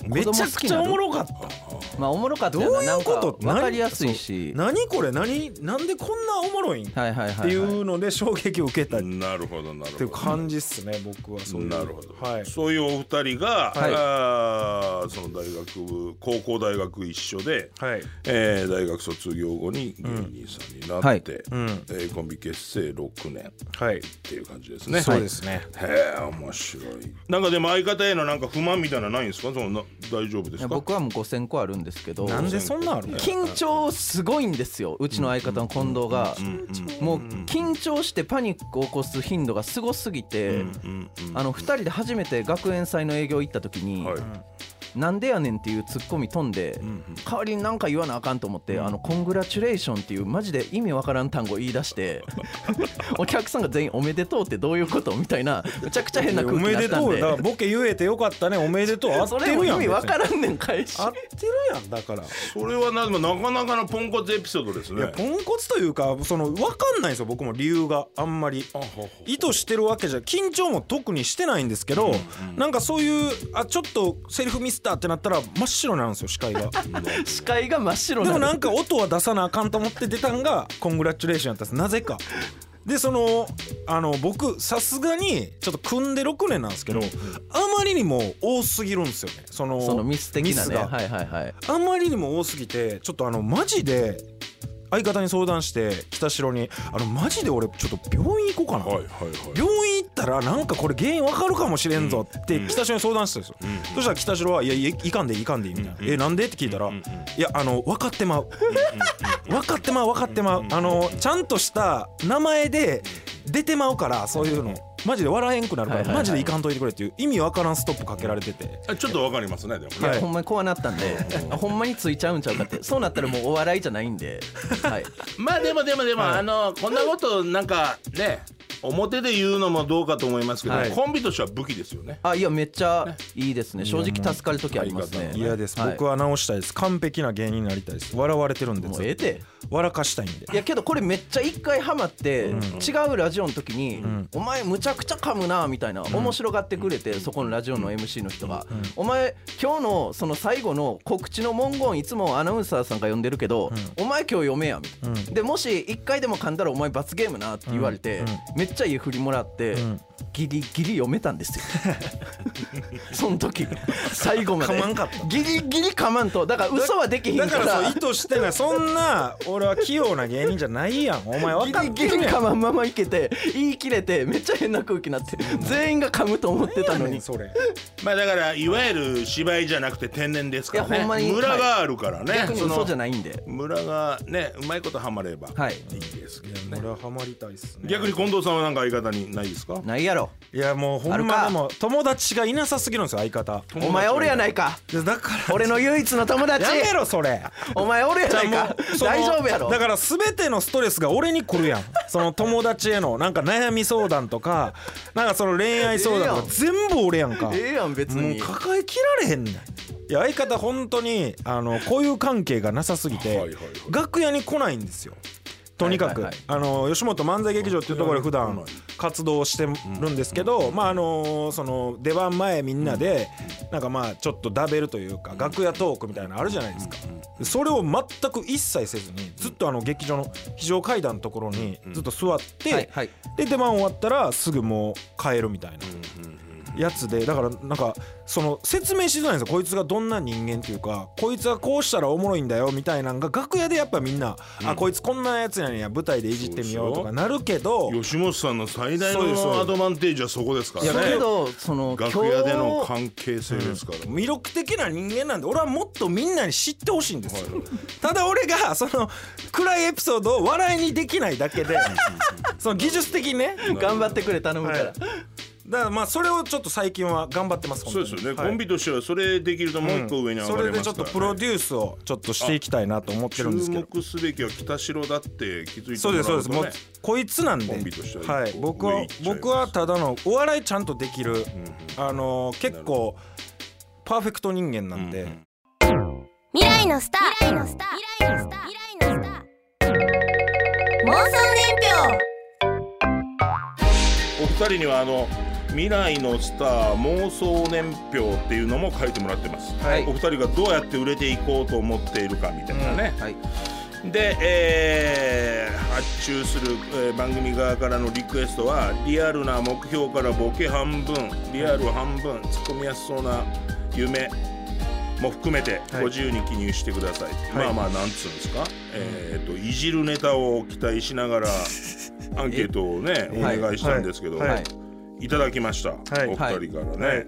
[SPEAKER 6] めちゃくちゃおも
[SPEAKER 7] ろ
[SPEAKER 6] ろかった
[SPEAKER 7] まあおもろかった
[SPEAKER 6] どう
[SPEAKER 7] よなないん
[SPEAKER 6] うこと
[SPEAKER 7] か分かりやすいし
[SPEAKER 6] 何何これ何なんでこんなおもろいん、
[SPEAKER 7] はいは
[SPEAKER 6] っ
[SPEAKER 7] いはいは
[SPEAKER 6] て
[SPEAKER 7] い
[SPEAKER 6] いうので衝撃を受けたっ
[SPEAKER 5] なるほどなるほ
[SPEAKER 6] て
[SPEAKER 5] ど
[SPEAKER 6] いう感じっすね僕はそういう
[SPEAKER 5] なるほど、
[SPEAKER 6] はい
[SPEAKER 5] そういうお二人が、
[SPEAKER 7] はい
[SPEAKER 5] あーその大学部高校大学一緒で、
[SPEAKER 6] はい
[SPEAKER 5] えー大学卒業後に芸人さんにな
[SPEAKER 7] は
[SPEAKER 5] っ
[SPEAKER 7] い
[SPEAKER 5] て、
[SPEAKER 6] ん
[SPEAKER 5] えーコンビ結成6年っ
[SPEAKER 6] はい
[SPEAKER 5] ていう感じですね。
[SPEAKER 6] そうですね、
[SPEAKER 5] はいへえ面白いなんかでも相方へのなんか不満みたいなのないんですかそのな大丈夫で
[SPEAKER 7] い
[SPEAKER 5] す
[SPEAKER 7] や
[SPEAKER 5] か
[SPEAKER 7] 僕はもう5000個あるんですけど
[SPEAKER 6] なんでそんなんあるの
[SPEAKER 7] 緊張すごいんですようちの相方の近藤がもう緊張してパニックを起こす頻度がすごすぎてあの2人で初めて学園祭の営業行った時に
[SPEAKER 5] はい
[SPEAKER 7] 「なんでやねん」っていうツッコミ飛んで代わりに何か言わなあかんと思って「あのコングラチュレーション」っていうマジで意味わからん単語言い出して お客さんが全員「おめでとう」ってどういうことみたいなむちゃくちゃ変な空
[SPEAKER 6] お
[SPEAKER 7] 気に
[SPEAKER 6] め
[SPEAKER 7] なっ
[SPEAKER 6] で
[SPEAKER 7] た
[SPEAKER 6] と
[SPEAKER 7] ん
[SPEAKER 6] うよだから
[SPEAKER 7] で
[SPEAKER 6] ボケ言えてよかったねおめでとう合っ
[SPEAKER 7] そ
[SPEAKER 6] て
[SPEAKER 7] れも
[SPEAKER 6] る
[SPEAKER 7] 意
[SPEAKER 6] やん
[SPEAKER 7] 味わ
[SPEAKER 6] 別に
[SPEAKER 7] からんねん返し
[SPEAKER 6] 合ってるやんだから
[SPEAKER 5] それはなでもなかなかのポンコツエピソードです
[SPEAKER 6] いや
[SPEAKER 5] ね
[SPEAKER 6] ポンコツというかその分かんないんですよ僕も理由があんまり意図してるわけじゃ緊張も特にしてないんですけど、なんかそういうあちょっとセリフミスったってなったら真っ白になるんですよ視界が
[SPEAKER 7] 視界が真っ白
[SPEAKER 6] で
[SPEAKER 7] な
[SPEAKER 6] も
[SPEAKER 7] の
[SPEAKER 6] なんか音は出さなあかんと思って出たんが「コングラチュレーション」やったんですなぜかでそのあの僕さすがにちょっと組んで6年なんですけど、あまりにも多すぎるんですよねその
[SPEAKER 7] そのミス的
[SPEAKER 6] ミ
[SPEAKER 7] な
[SPEAKER 6] ス
[SPEAKER 7] ね
[SPEAKER 6] が
[SPEAKER 7] はいはいはい
[SPEAKER 6] あまりにも多すぎてちょっとあのマジで相方に相談して北城に「あのマジで俺ちょっと病院行こうかな」
[SPEAKER 5] はいはいはい
[SPEAKER 6] 病院行ったらなんかこれ原因わかるかもしれんぞって北城に相談したんですよ、そしたら北城はいやいやいかんでいいかんでいいみたいな「えなんで?」って聞いたら「いやあの分かってまう分かってまう分かってまうあのちゃんとした名前で出てまうからそういうのマジで笑えんくなるか
[SPEAKER 7] はい
[SPEAKER 6] ら
[SPEAKER 7] はいはい
[SPEAKER 6] マジでいかんといてくれ」っていう意味わからんストップかけられてて
[SPEAKER 5] あちょっとわかりますねでも
[SPEAKER 7] いや
[SPEAKER 6] はい
[SPEAKER 7] ほんまにこうなった んであほんまについちゃうんちゃうかってそうなったらもうお笑いじゃないんではい
[SPEAKER 5] まあでもでもでも、あのこんなことなんかね表で言うのもどうかと思いますけど、
[SPEAKER 6] はい
[SPEAKER 5] コンビとしては武器ですよね。
[SPEAKER 7] あいやめっちゃいいですね正直助かる時ありますね
[SPEAKER 6] 嫌です、
[SPEAKER 7] はい
[SPEAKER 6] 僕は直したいです完璧な芸人になりたいです笑われてるんで
[SPEAKER 7] も
[SPEAKER 6] ずっ
[SPEAKER 7] う
[SPEAKER 6] と
[SPEAKER 7] ええて
[SPEAKER 6] 笑かしたいんで
[SPEAKER 7] いやけどこれめっちゃ一回ハマって違うラジオの時に「お前むちゃくちゃ噛むな」みたいな面白がってくれてそこのラジオの MC の人が「お前今日のその最後の告知の文言いつもアナウンサーさんが呼んでるけどお前今日読めや」みたいなでもし一回でも噛んだらお前罰ゲームなって言われてめっちゃいい振りもらってギリギリ読めたんですよ その時最後まで
[SPEAKER 6] 噛まんかった
[SPEAKER 7] ギリギリ噛まんとだから嘘はできひん
[SPEAKER 6] だ
[SPEAKER 7] か
[SPEAKER 6] からそう
[SPEAKER 7] ら
[SPEAKER 6] 意図してないそんな俺は器用な芸人じゃないやんお前分
[SPEAKER 7] ギ
[SPEAKER 6] かっ
[SPEAKER 7] リギ
[SPEAKER 6] て
[SPEAKER 7] リ
[SPEAKER 6] るや
[SPEAKER 7] 噛
[SPEAKER 6] ん
[SPEAKER 7] まんままいけて言い切れてめっちゃ変な空気になって全員が噛むと思ってたのに
[SPEAKER 6] それ
[SPEAKER 5] まあだからいわゆる芝居じゃなくて天然ですから
[SPEAKER 7] いやほんま
[SPEAKER 5] ね。
[SPEAKER 7] に
[SPEAKER 5] ムラがあるからね。
[SPEAKER 7] 逆に嘘じゃ
[SPEAKER 5] ない。
[SPEAKER 7] ないんで
[SPEAKER 5] ムラがねうまいことはまれば
[SPEAKER 7] はい
[SPEAKER 5] いいですけどね。
[SPEAKER 6] 俺はハマりたいっすね
[SPEAKER 5] 逆に近藤さんはなんか相方にないですか？
[SPEAKER 7] ないやろ
[SPEAKER 6] いやもうほ
[SPEAKER 7] あ
[SPEAKER 6] ん
[SPEAKER 7] る
[SPEAKER 6] ま
[SPEAKER 7] か
[SPEAKER 6] でも友達がいなさすぎるんですよ相方
[SPEAKER 7] お前俺やないか
[SPEAKER 6] いやだから
[SPEAKER 7] 俺の唯一の友達
[SPEAKER 6] やめろそれ
[SPEAKER 7] お前俺やないか
[SPEAKER 6] その
[SPEAKER 7] 大丈夫やろ
[SPEAKER 6] だから全てのストレスが俺に来るやんその友達へのなんか悩み相談とかなんかその恋愛相談とか全部俺やんか
[SPEAKER 7] ええやん別
[SPEAKER 6] もう
[SPEAKER 7] に
[SPEAKER 6] 抱えきられへんねんいや相方本当にあのこういう関係がなさすぎて、
[SPEAKER 5] はいはいはい
[SPEAKER 6] 楽屋に来ないんですよとにかく、
[SPEAKER 7] はいはい
[SPEAKER 6] あの吉本漫才劇場っていうところで普段活動してるんですけど、まああのその出番前みんなで、なんかまあちょっとダベルというか楽屋トークみたいなのあるじゃないですか、それを全く一切せずにずっとあの劇場の非常階段のところにずっと座って、
[SPEAKER 7] はいはい
[SPEAKER 6] で出番終わったらすぐもう帰るみたいなやつでだからなんかその説明しづらいんですよこいつがどんな人間っていうかこいつはこうしたらおもろいんだよみたいなんが楽屋でやっぱみんな、あこいつこんなやつやねんや舞台でいじってみようとかなるけど
[SPEAKER 5] 吉本さんの最大
[SPEAKER 6] そうですそうで
[SPEAKER 5] の
[SPEAKER 6] す
[SPEAKER 5] アドバンテージはそこですから
[SPEAKER 7] だ
[SPEAKER 5] ね
[SPEAKER 7] け。どその今日
[SPEAKER 5] 楽屋での関係性ですから。
[SPEAKER 6] 魅力的な人間なんで俺はもっとみんなに知ってほしいんですよただ俺がその暗いエピソードを笑いにできないだけでその技術的にね
[SPEAKER 7] 頑張ってくれ頼むから、
[SPEAKER 6] はいだからまあそれをちょっと最近は頑張ってます
[SPEAKER 5] そうですよね、コンビとしてはそれできるともう一個上に上
[SPEAKER 6] そ
[SPEAKER 5] が
[SPEAKER 6] れ
[SPEAKER 5] れ
[SPEAKER 6] で
[SPEAKER 5] ます
[SPEAKER 6] ち
[SPEAKER 5] から、
[SPEAKER 6] ょっとプロデュースをちょっとしていきたいなと思ってるんです
[SPEAKER 5] 注
[SPEAKER 6] けど
[SPEAKER 5] 目すべきは北城だって気づいて
[SPEAKER 6] そう
[SPEAKER 5] もら
[SPEAKER 6] で
[SPEAKER 5] う
[SPEAKER 6] すそ
[SPEAKER 5] と、
[SPEAKER 6] う
[SPEAKER 5] ね、
[SPEAKER 6] ですもうこいつなんで
[SPEAKER 5] コンビとしては一個
[SPEAKER 6] は
[SPEAKER 5] 上行
[SPEAKER 6] い僕は
[SPEAKER 5] っちゃいます
[SPEAKER 6] 僕はただのお笑いちゃんとできるあのー結構パーフェクト人間なんで
[SPEAKER 3] 未来のスター未来のスター未来のスター未来のスター妄想年表
[SPEAKER 5] お二人にはあの未来のスター妄想年表っていうのも書いてもらってます、
[SPEAKER 7] はい
[SPEAKER 5] お二人がどうやって売れていこうと思っているかみたいなね、
[SPEAKER 7] はい
[SPEAKER 5] で、えー発注する、えー番組側からのリクエストはリアルな目標からボケ半分リアル半分突っ込みやすそうな夢も含めて
[SPEAKER 6] はい
[SPEAKER 5] ご自由に記入してください、まあまあなんつうんですか、えー、といじるネタを期待しな がらアンケートをねお
[SPEAKER 7] はい
[SPEAKER 5] 願いしたんですけど、
[SPEAKER 6] はい
[SPEAKER 7] はい
[SPEAKER 5] いただきました、
[SPEAKER 6] い
[SPEAKER 5] お二人からね、
[SPEAKER 6] はい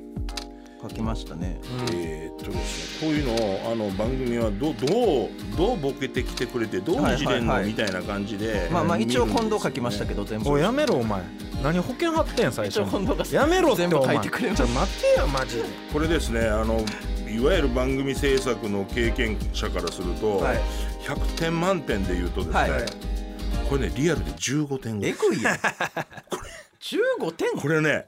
[SPEAKER 7] 書きましたね
[SPEAKER 5] えーっとですねこういうのをあの番組はどどうどうボケてきてくれてどういじれんの、
[SPEAKER 7] はいはいはい
[SPEAKER 5] みたいな感じで
[SPEAKER 7] まあまあ一応近藤書きましたたけど全部
[SPEAKER 6] おいやめろお前何保険貼ってん最
[SPEAKER 7] 一
[SPEAKER 6] 初
[SPEAKER 7] 応近藤が
[SPEAKER 6] やめろって
[SPEAKER 7] 全部
[SPEAKER 6] お
[SPEAKER 7] 書
[SPEAKER 6] 前
[SPEAKER 7] いてくれま
[SPEAKER 6] ち
[SPEAKER 7] し
[SPEAKER 6] ょ待てよマジで
[SPEAKER 5] これですねあのいわゆる番組制作の経験者からすると、
[SPEAKER 7] はい
[SPEAKER 5] 100点満点で言うとですね、
[SPEAKER 7] はい
[SPEAKER 5] これねリアルで15点ぐら
[SPEAKER 7] え
[SPEAKER 5] い
[SPEAKER 7] ぐ いよ15点
[SPEAKER 5] これね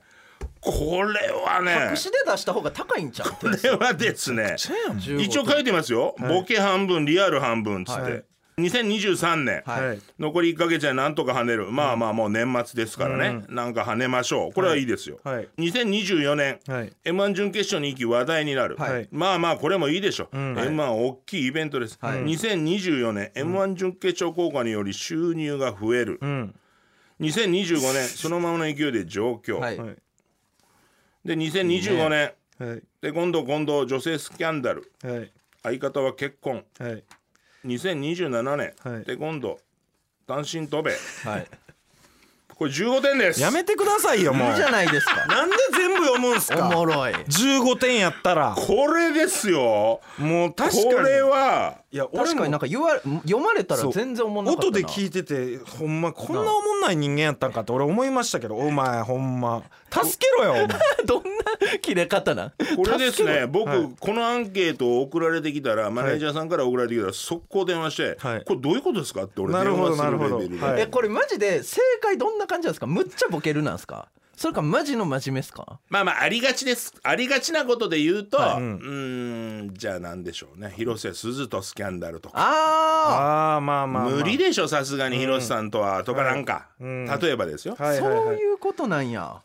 [SPEAKER 5] これはね
[SPEAKER 7] 隠しで出した方が高いんちゃう
[SPEAKER 5] これはですね
[SPEAKER 7] 15
[SPEAKER 5] 一応書いてますよ、ボケ半分リアル半分っつって、
[SPEAKER 6] はい
[SPEAKER 5] 2023年、
[SPEAKER 7] はい、
[SPEAKER 6] はい
[SPEAKER 5] 残り1か月はなんとか跳ねるまあまあもう年末ですからね、なんか跳ねましょうこれはいいですよ、
[SPEAKER 6] はい
[SPEAKER 5] 2024年、
[SPEAKER 6] はい
[SPEAKER 5] m 1準決勝に行き話題になる、
[SPEAKER 6] はい
[SPEAKER 5] まあまあこれもいいでしょう、
[SPEAKER 6] ん
[SPEAKER 5] m 1大きいイベントです、
[SPEAKER 7] はい
[SPEAKER 5] 2024年 m 1準決勝効果により収入が増える、
[SPEAKER 6] うん
[SPEAKER 5] 2025年そのままの勢いで上京、
[SPEAKER 7] はい
[SPEAKER 6] はい
[SPEAKER 5] で2025年
[SPEAKER 6] はい
[SPEAKER 5] で今度今度女性スキャンダル
[SPEAKER 6] はい
[SPEAKER 5] 相方は結婚
[SPEAKER 6] はい
[SPEAKER 5] 2027年、
[SPEAKER 6] はい
[SPEAKER 5] で今度単身渡米
[SPEAKER 7] はい、
[SPEAKER 5] これ15点です
[SPEAKER 6] やめてくださいよもう
[SPEAKER 7] いいじゃないですか
[SPEAKER 6] なんで全部読むんす
[SPEAKER 7] おも
[SPEAKER 6] か
[SPEAKER 7] ろい
[SPEAKER 6] 15点やったら
[SPEAKER 5] これですよ
[SPEAKER 6] もう確かに
[SPEAKER 5] これは、
[SPEAKER 6] いや俺
[SPEAKER 7] 確かに
[SPEAKER 6] も
[SPEAKER 7] なんか言わ読まれたら
[SPEAKER 6] そう
[SPEAKER 7] 全然思んなかったな
[SPEAKER 6] 音で聞いててほんまこんなおもんない人間やったんかって俺思いましたけどお前ほんま助けろよお前
[SPEAKER 7] どんな切れ方なん
[SPEAKER 5] これですね僕、
[SPEAKER 6] はい
[SPEAKER 5] このアンケートを送られてきたらマネージャーさんから送られてきたら速攻電話して、
[SPEAKER 6] はい
[SPEAKER 5] これどういうことですかって俺
[SPEAKER 6] なる
[SPEAKER 5] 電
[SPEAKER 6] ほど
[SPEAKER 5] 話するレベルで、
[SPEAKER 6] なるほどはい
[SPEAKER 7] えこれマジで正解どんな感じなんですかむっちゃボケるなんですかそれかマジの真面目ですか
[SPEAKER 5] まあまあありがちですありがちなことで言うと、
[SPEAKER 6] いう
[SPEAKER 5] うんーんじゃあ何でしょうね広瀬すずとスキャンダルとか。
[SPEAKER 7] あ
[SPEAKER 6] ああまあまあ、まあ、
[SPEAKER 5] 無理でしょさすがに広瀬さんとは、とかなんか、
[SPEAKER 6] うん
[SPEAKER 5] 例えばですよ、
[SPEAKER 7] あ
[SPEAKER 6] はいはい
[SPEAKER 7] そ
[SPEAKER 6] は
[SPEAKER 7] う
[SPEAKER 6] い
[SPEAKER 7] いうことなんや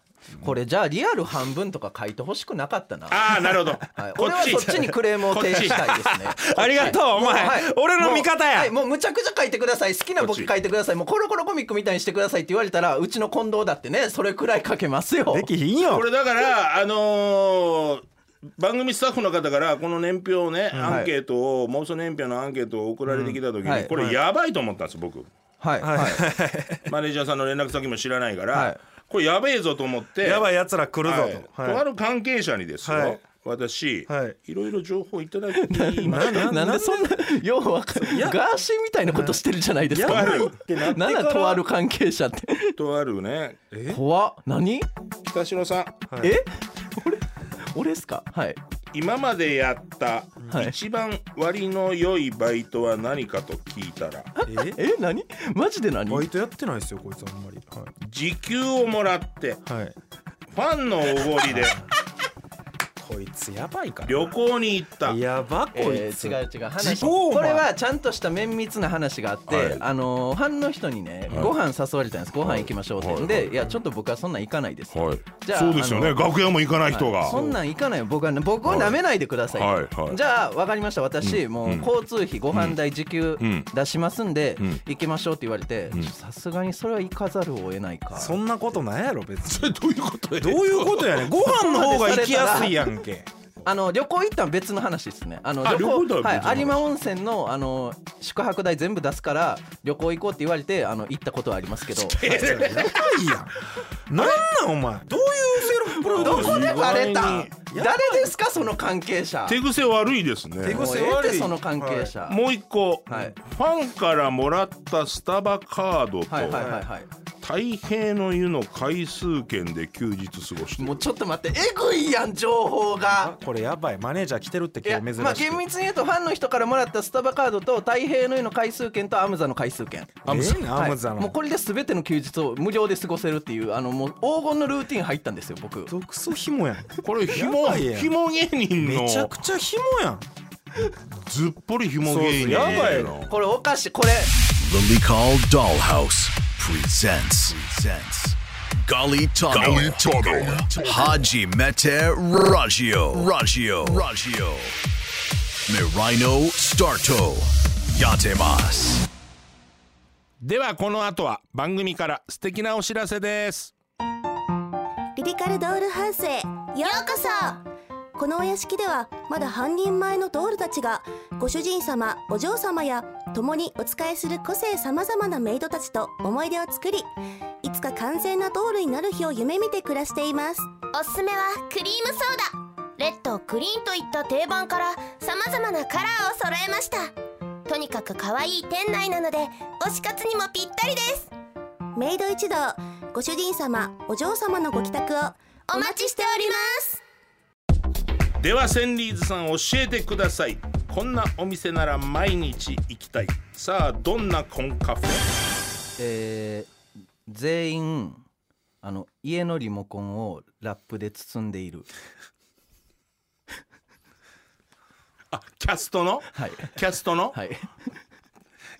[SPEAKER 7] これじゃあリアル半分とか書いてほしくなかったな
[SPEAKER 5] ああなるほど、
[SPEAKER 7] はい、俺はそっちにクレームを提示したいですね。
[SPEAKER 6] ありがとうお前俺の味方や
[SPEAKER 7] もうはい、もうむちゃくちゃ書いてください。好きなボケ書いてください。もうコロコロコミックみたいにしてくださいって言われたら、うちの近藤だってね、それくらい書けますよ。
[SPEAKER 6] できひん よ
[SPEAKER 5] これだから、あのー番組スタッフの方からこの年表をね、アンケートを妄想年表のアンケートを送られてきた時に、
[SPEAKER 7] うんはい
[SPEAKER 5] これやばいと思ったんです僕
[SPEAKER 7] はい、はい、
[SPEAKER 5] マネージャーさんの連絡先も知らないから、
[SPEAKER 7] はい
[SPEAKER 5] これやべえぞと思って
[SPEAKER 6] やばいやつら来るぞ
[SPEAKER 5] はい
[SPEAKER 6] と、はい
[SPEAKER 5] とある関係者にですよ、
[SPEAKER 6] はい
[SPEAKER 5] 私、
[SPEAKER 6] はい
[SPEAKER 5] いろいろ情報いただいていました
[SPEAKER 7] なんでそんな、ようわかんガーシーみたいなことしてるじゃないですか。
[SPEAKER 5] やばい
[SPEAKER 7] なんだ、とある関係者って。
[SPEAKER 5] とあるね
[SPEAKER 7] 怖っ、何、
[SPEAKER 5] 北城さん
[SPEAKER 7] え俺、俺っすかはい。
[SPEAKER 5] 今までやった
[SPEAKER 7] はい
[SPEAKER 5] 一番割の良いバイトは何かと聞いたら、
[SPEAKER 6] え
[SPEAKER 7] え、何マジで何
[SPEAKER 6] バイトやってないですよこいつあんまりは
[SPEAKER 5] 時給をもらって
[SPEAKER 6] い、は
[SPEAKER 5] フ
[SPEAKER 6] い、
[SPEAKER 5] ァンのおごりで
[SPEAKER 6] こいつやばいから
[SPEAKER 5] 旅行に行った
[SPEAKER 6] やばこい
[SPEAKER 7] え
[SPEAKER 6] つ、
[SPEAKER 7] ー、違う違う話
[SPEAKER 6] 自暴
[SPEAKER 7] こ
[SPEAKER 6] 魔
[SPEAKER 7] れはちゃんとした綿密な話があって、
[SPEAKER 5] はい
[SPEAKER 7] あのーファンの人にね、ご飯誘われたんですご飯行きましょうって、
[SPEAKER 5] はい
[SPEAKER 7] で、いやちょっと僕はそんなん行かないです、
[SPEAKER 5] はい
[SPEAKER 7] じゃあ
[SPEAKER 5] そうですよ
[SPEAKER 7] あ
[SPEAKER 5] ね
[SPEAKER 7] の
[SPEAKER 5] 楽屋も行かない人が、
[SPEAKER 7] そんなん行かないよ僕は僕を舐めないでください、
[SPEAKER 5] はいはい
[SPEAKER 7] じゃあ分かりました私、もう交通費ご飯代時給
[SPEAKER 5] ん
[SPEAKER 7] 出しますんで、
[SPEAKER 5] ん
[SPEAKER 7] 行きましょうって言われてちょさすがにそれは行かざるを得ないか
[SPEAKER 6] そんなことないやろ別に
[SPEAKER 5] どういうこと
[SPEAKER 6] どういうことやねんご飯の方が行きやすいやんけ
[SPEAKER 7] あの旅行行ったん別の話ですね。あの
[SPEAKER 5] あ
[SPEAKER 7] 旅
[SPEAKER 5] 旅行行
[SPEAKER 7] 行
[SPEAKER 5] ったら別の
[SPEAKER 7] はい
[SPEAKER 5] 話
[SPEAKER 7] 有馬温泉のあの宿泊代全部出すから旅行行こうって言われてあの行ったことはありますけど。
[SPEAKER 6] やばいやんなんなんお前どういうセルフプロデ
[SPEAKER 7] ど
[SPEAKER 6] ュース
[SPEAKER 7] こでバレた
[SPEAKER 5] 意
[SPEAKER 7] 誰ですかその関係者
[SPEAKER 5] 手癖悪いですね
[SPEAKER 7] もうええってその関係者、
[SPEAKER 5] もう一個、
[SPEAKER 7] はい
[SPEAKER 5] ファンからもらったスタバカードと
[SPEAKER 7] はいはいはいはい
[SPEAKER 5] 太平の湯の回数券で休日過ごして
[SPEAKER 7] もう
[SPEAKER 5] る
[SPEAKER 7] ちょっと待ってえぐいやん情報が
[SPEAKER 6] これやばいマネージャー来てるって
[SPEAKER 7] い
[SPEAKER 6] 今
[SPEAKER 7] や
[SPEAKER 6] 日珍しい、
[SPEAKER 7] まあ厳密に言うとファンの人からもらったスタバカードと太平の湯の回数券とアムザの回数券
[SPEAKER 6] アムザえーアムザの
[SPEAKER 7] はいもうこれで全ての休日を無料で過ごせるっていうあのもう黄金のルーティン入ったんですよ僕
[SPEAKER 6] 毒素ひ もやん
[SPEAKER 5] これひも
[SPEAKER 6] やばいやん
[SPEAKER 5] ひも芸人の
[SPEAKER 6] めちゃくちゃひもやん
[SPEAKER 5] ずっぽりひも芸人
[SPEAKER 6] そうそうやばい
[SPEAKER 5] の
[SPEAKER 7] これおかしいこれ
[SPEAKER 4] Lily Call Dollhouse presents, presents Golly Tunnel, Haji Mete Raggio Raggio Raggio Mirino Starto Yatemas
[SPEAKER 5] ではこの後は番組から素敵なお知らせです
[SPEAKER 9] リリカルドールハウスへようこそこのお屋敷ではまだ半人前のドールたちがご主人様お嬢様や共にお仕えする個性さまざまなメイドたちと思い出を作りいつか完全なドールになる日を夢見て暮らしています
[SPEAKER 3] おすすめはクリームソーダレッドグリーンといった定番からさまざまなカラーを揃えましたとにかく可愛い店内なので推し活にもぴったりです
[SPEAKER 9] メイド一同ご主人様お嬢様のご帰宅を
[SPEAKER 3] お待ちしております
[SPEAKER 5] ではセンリーズさん教えてくださいこんなお店なら毎日行きたいさあどんなコンカフェ
[SPEAKER 7] えー全員あの家のリモコンをラップで包んでいる
[SPEAKER 5] あキャストの、
[SPEAKER 7] はい
[SPEAKER 5] キャストの、
[SPEAKER 7] はい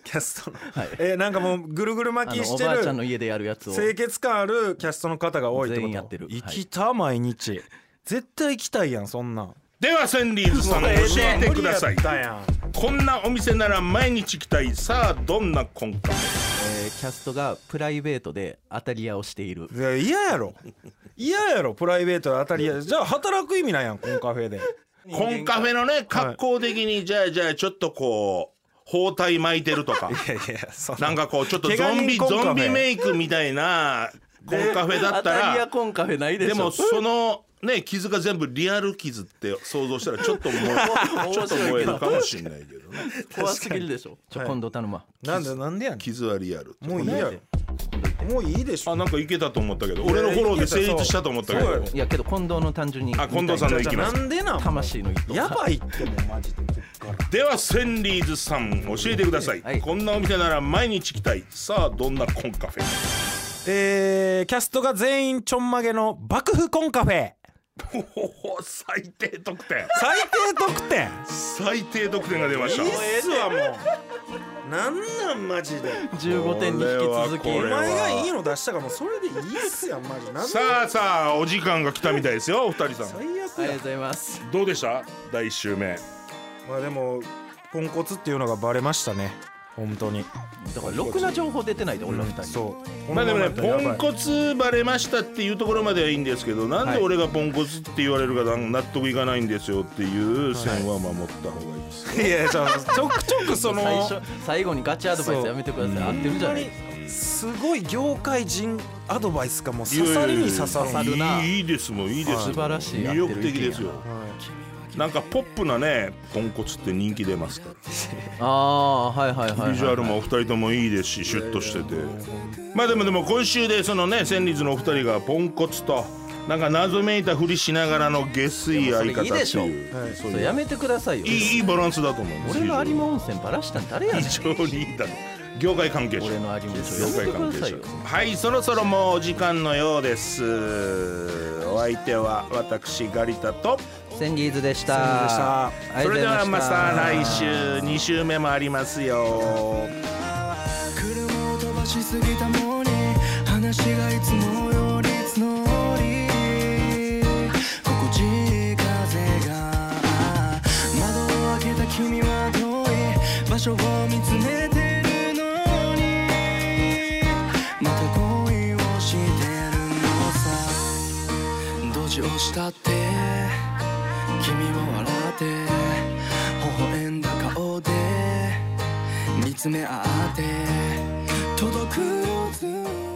[SPEAKER 6] キャストの、
[SPEAKER 7] はい
[SPEAKER 6] えーなんかもうぐるぐる
[SPEAKER 7] あ
[SPEAKER 6] 巻き
[SPEAKER 7] の
[SPEAKER 6] し
[SPEAKER 7] お
[SPEAKER 6] て
[SPEAKER 7] ばあちゃんの
[SPEAKER 6] る
[SPEAKER 7] 家でやるやつを
[SPEAKER 6] 清潔感あるキャストの方が多いってこと
[SPEAKER 7] 全員やってる
[SPEAKER 6] 行きた、毎日絶対行きたいやんそんなん
[SPEAKER 5] ではセンリーズさん教えてください
[SPEAKER 6] 無理やったやん
[SPEAKER 5] こんなお店なら毎日行きたいさあどんなコンカフェ
[SPEAKER 7] えーキャストがプライベートで当たり屋をしている
[SPEAKER 6] いや嫌やろ嫌やろプライベートで当たり屋じゃあ働く意味ないやんこのカフェで
[SPEAKER 5] コンカフェのね格好的に、じゃあじゃあちょっとこう包帯巻いてるとか
[SPEAKER 6] いやいやそん
[SPEAKER 5] なんかこうちょっと
[SPEAKER 6] 毛
[SPEAKER 5] ゾ
[SPEAKER 6] ガ
[SPEAKER 5] ン
[SPEAKER 6] ニ
[SPEAKER 5] ビ
[SPEAKER 6] コンカフェ
[SPEAKER 5] ゾンビメイクみたいなコンカフェだ
[SPEAKER 7] 当
[SPEAKER 5] った
[SPEAKER 7] たり屋
[SPEAKER 5] ら
[SPEAKER 7] コンカフェないでしょ
[SPEAKER 5] でもそのね傷が全部リアル傷って想像したらちょっと もうちょっと燃えるかもしれないけどね
[SPEAKER 7] 怖すぎるでしょちょ、今度頼むわ
[SPEAKER 6] なんでなんでやね
[SPEAKER 5] 傷はリアルって
[SPEAKER 6] んもういいやろもういいでしょ
[SPEAKER 5] あなんかいけたと思ったけど俺のフォローで成立したと思ったけ
[SPEAKER 6] そう
[SPEAKER 5] ど
[SPEAKER 6] よ
[SPEAKER 7] いやけど近藤の単純に
[SPEAKER 5] あ近藤さんの行きます
[SPEAKER 6] なんでなん
[SPEAKER 7] 魂の一投
[SPEAKER 6] やばいってもうマジで
[SPEAKER 5] ではセンリーズさん教えてください、
[SPEAKER 7] はい
[SPEAKER 5] こんなお店なら毎日来たいさあどんなコンカフェ
[SPEAKER 6] えー、キャストが全員ちょんまげの爆風コンカフェ
[SPEAKER 5] ほほ最低得点
[SPEAKER 6] 最低得点
[SPEAKER 5] 最低得点が出ました
[SPEAKER 6] すわもうなんなんマジで
[SPEAKER 7] 15点に引き続き
[SPEAKER 5] こ
[SPEAKER 6] お
[SPEAKER 5] れはこれは
[SPEAKER 6] 前がいいの出したからもうそれでいいっすやんマジなんなん
[SPEAKER 5] さあさあお時間が来たみたいですよお二人さん
[SPEAKER 6] 最悪
[SPEAKER 7] ありが
[SPEAKER 6] や
[SPEAKER 7] とうございます
[SPEAKER 5] どうでした第1週目
[SPEAKER 6] まあでもポンコツっていうのがバレましたね本当に
[SPEAKER 7] だからろくな情報出てないで俺ら二人
[SPEAKER 6] そう
[SPEAKER 5] まあでもね
[SPEAKER 6] この
[SPEAKER 5] ポ
[SPEAKER 6] ままや
[SPEAKER 5] ン
[SPEAKER 6] ったらやばい
[SPEAKER 5] コツバレましたっていうところまではいいんですけどなんで俺がポンコツって言われるかなん納得いかないんですよっていう線は守った方がいいです、
[SPEAKER 6] いやちょちょくちょくその
[SPEAKER 7] 最初最後にガチアドバイスやめてください合ってるじゃないですか
[SPEAKER 6] すごい業界人アドバイスがもう刺さるに刺さる
[SPEAKER 7] 刺さるない
[SPEAKER 5] いいいですもんいいですもん
[SPEAKER 7] 素晴らしい
[SPEAKER 5] 魅力的ですよ
[SPEAKER 7] 合っ
[SPEAKER 5] なんかポップなねポンコツって人気出ますから
[SPEAKER 7] ああーはいはいはいはい
[SPEAKER 5] ビジュアルもお二人ともいいですしシュッとしててまあでもでも今週でそのね戦律のお二人がポンコツとなんか謎めいたふりしながらの下水相方って
[SPEAKER 7] いやそれいいでしょ
[SPEAKER 5] いう
[SPEAKER 6] はい
[SPEAKER 5] そ
[SPEAKER 7] そうう
[SPEAKER 5] いう
[SPEAKER 7] やめてくださいよ
[SPEAKER 5] いいいいバランスだと思います
[SPEAKER 7] 俺の有馬温泉バラしたん誰やねん
[SPEAKER 5] 非常にいいだろ業界関係者
[SPEAKER 7] 俺の有馬温泉
[SPEAKER 5] 業
[SPEAKER 7] や
[SPEAKER 5] 界
[SPEAKER 7] めて
[SPEAKER 5] 関係
[SPEAKER 7] くださ
[SPEAKER 5] 者
[SPEAKER 7] いよ
[SPEAKER 5] はいそろそろもうお時間のようですお相手は私ガリタと
[SPEAKER 7] 千里図でし
[SPEAKER 6] 千里図でした
[SPEAKER 7] たあり
[SPEAKER 5] そ
[SPEAKER 7] がとう
[SPEAKER 5] れで
[SPEAKER 7] ござい
[SPEAKER 5] はまた来週
[SPEAKER 7] した
[SPEAKER 5] 2週目もありますよ
[SPEAKER 10] 車を飛ばしすぎたのに話がいつもより募り心地いい風が窓を開けた君は遠い場所を見つめてるのにまた恋をしてるのさドジをしたって君は笑って微笑んだ顔で見つめ合って届くよずっと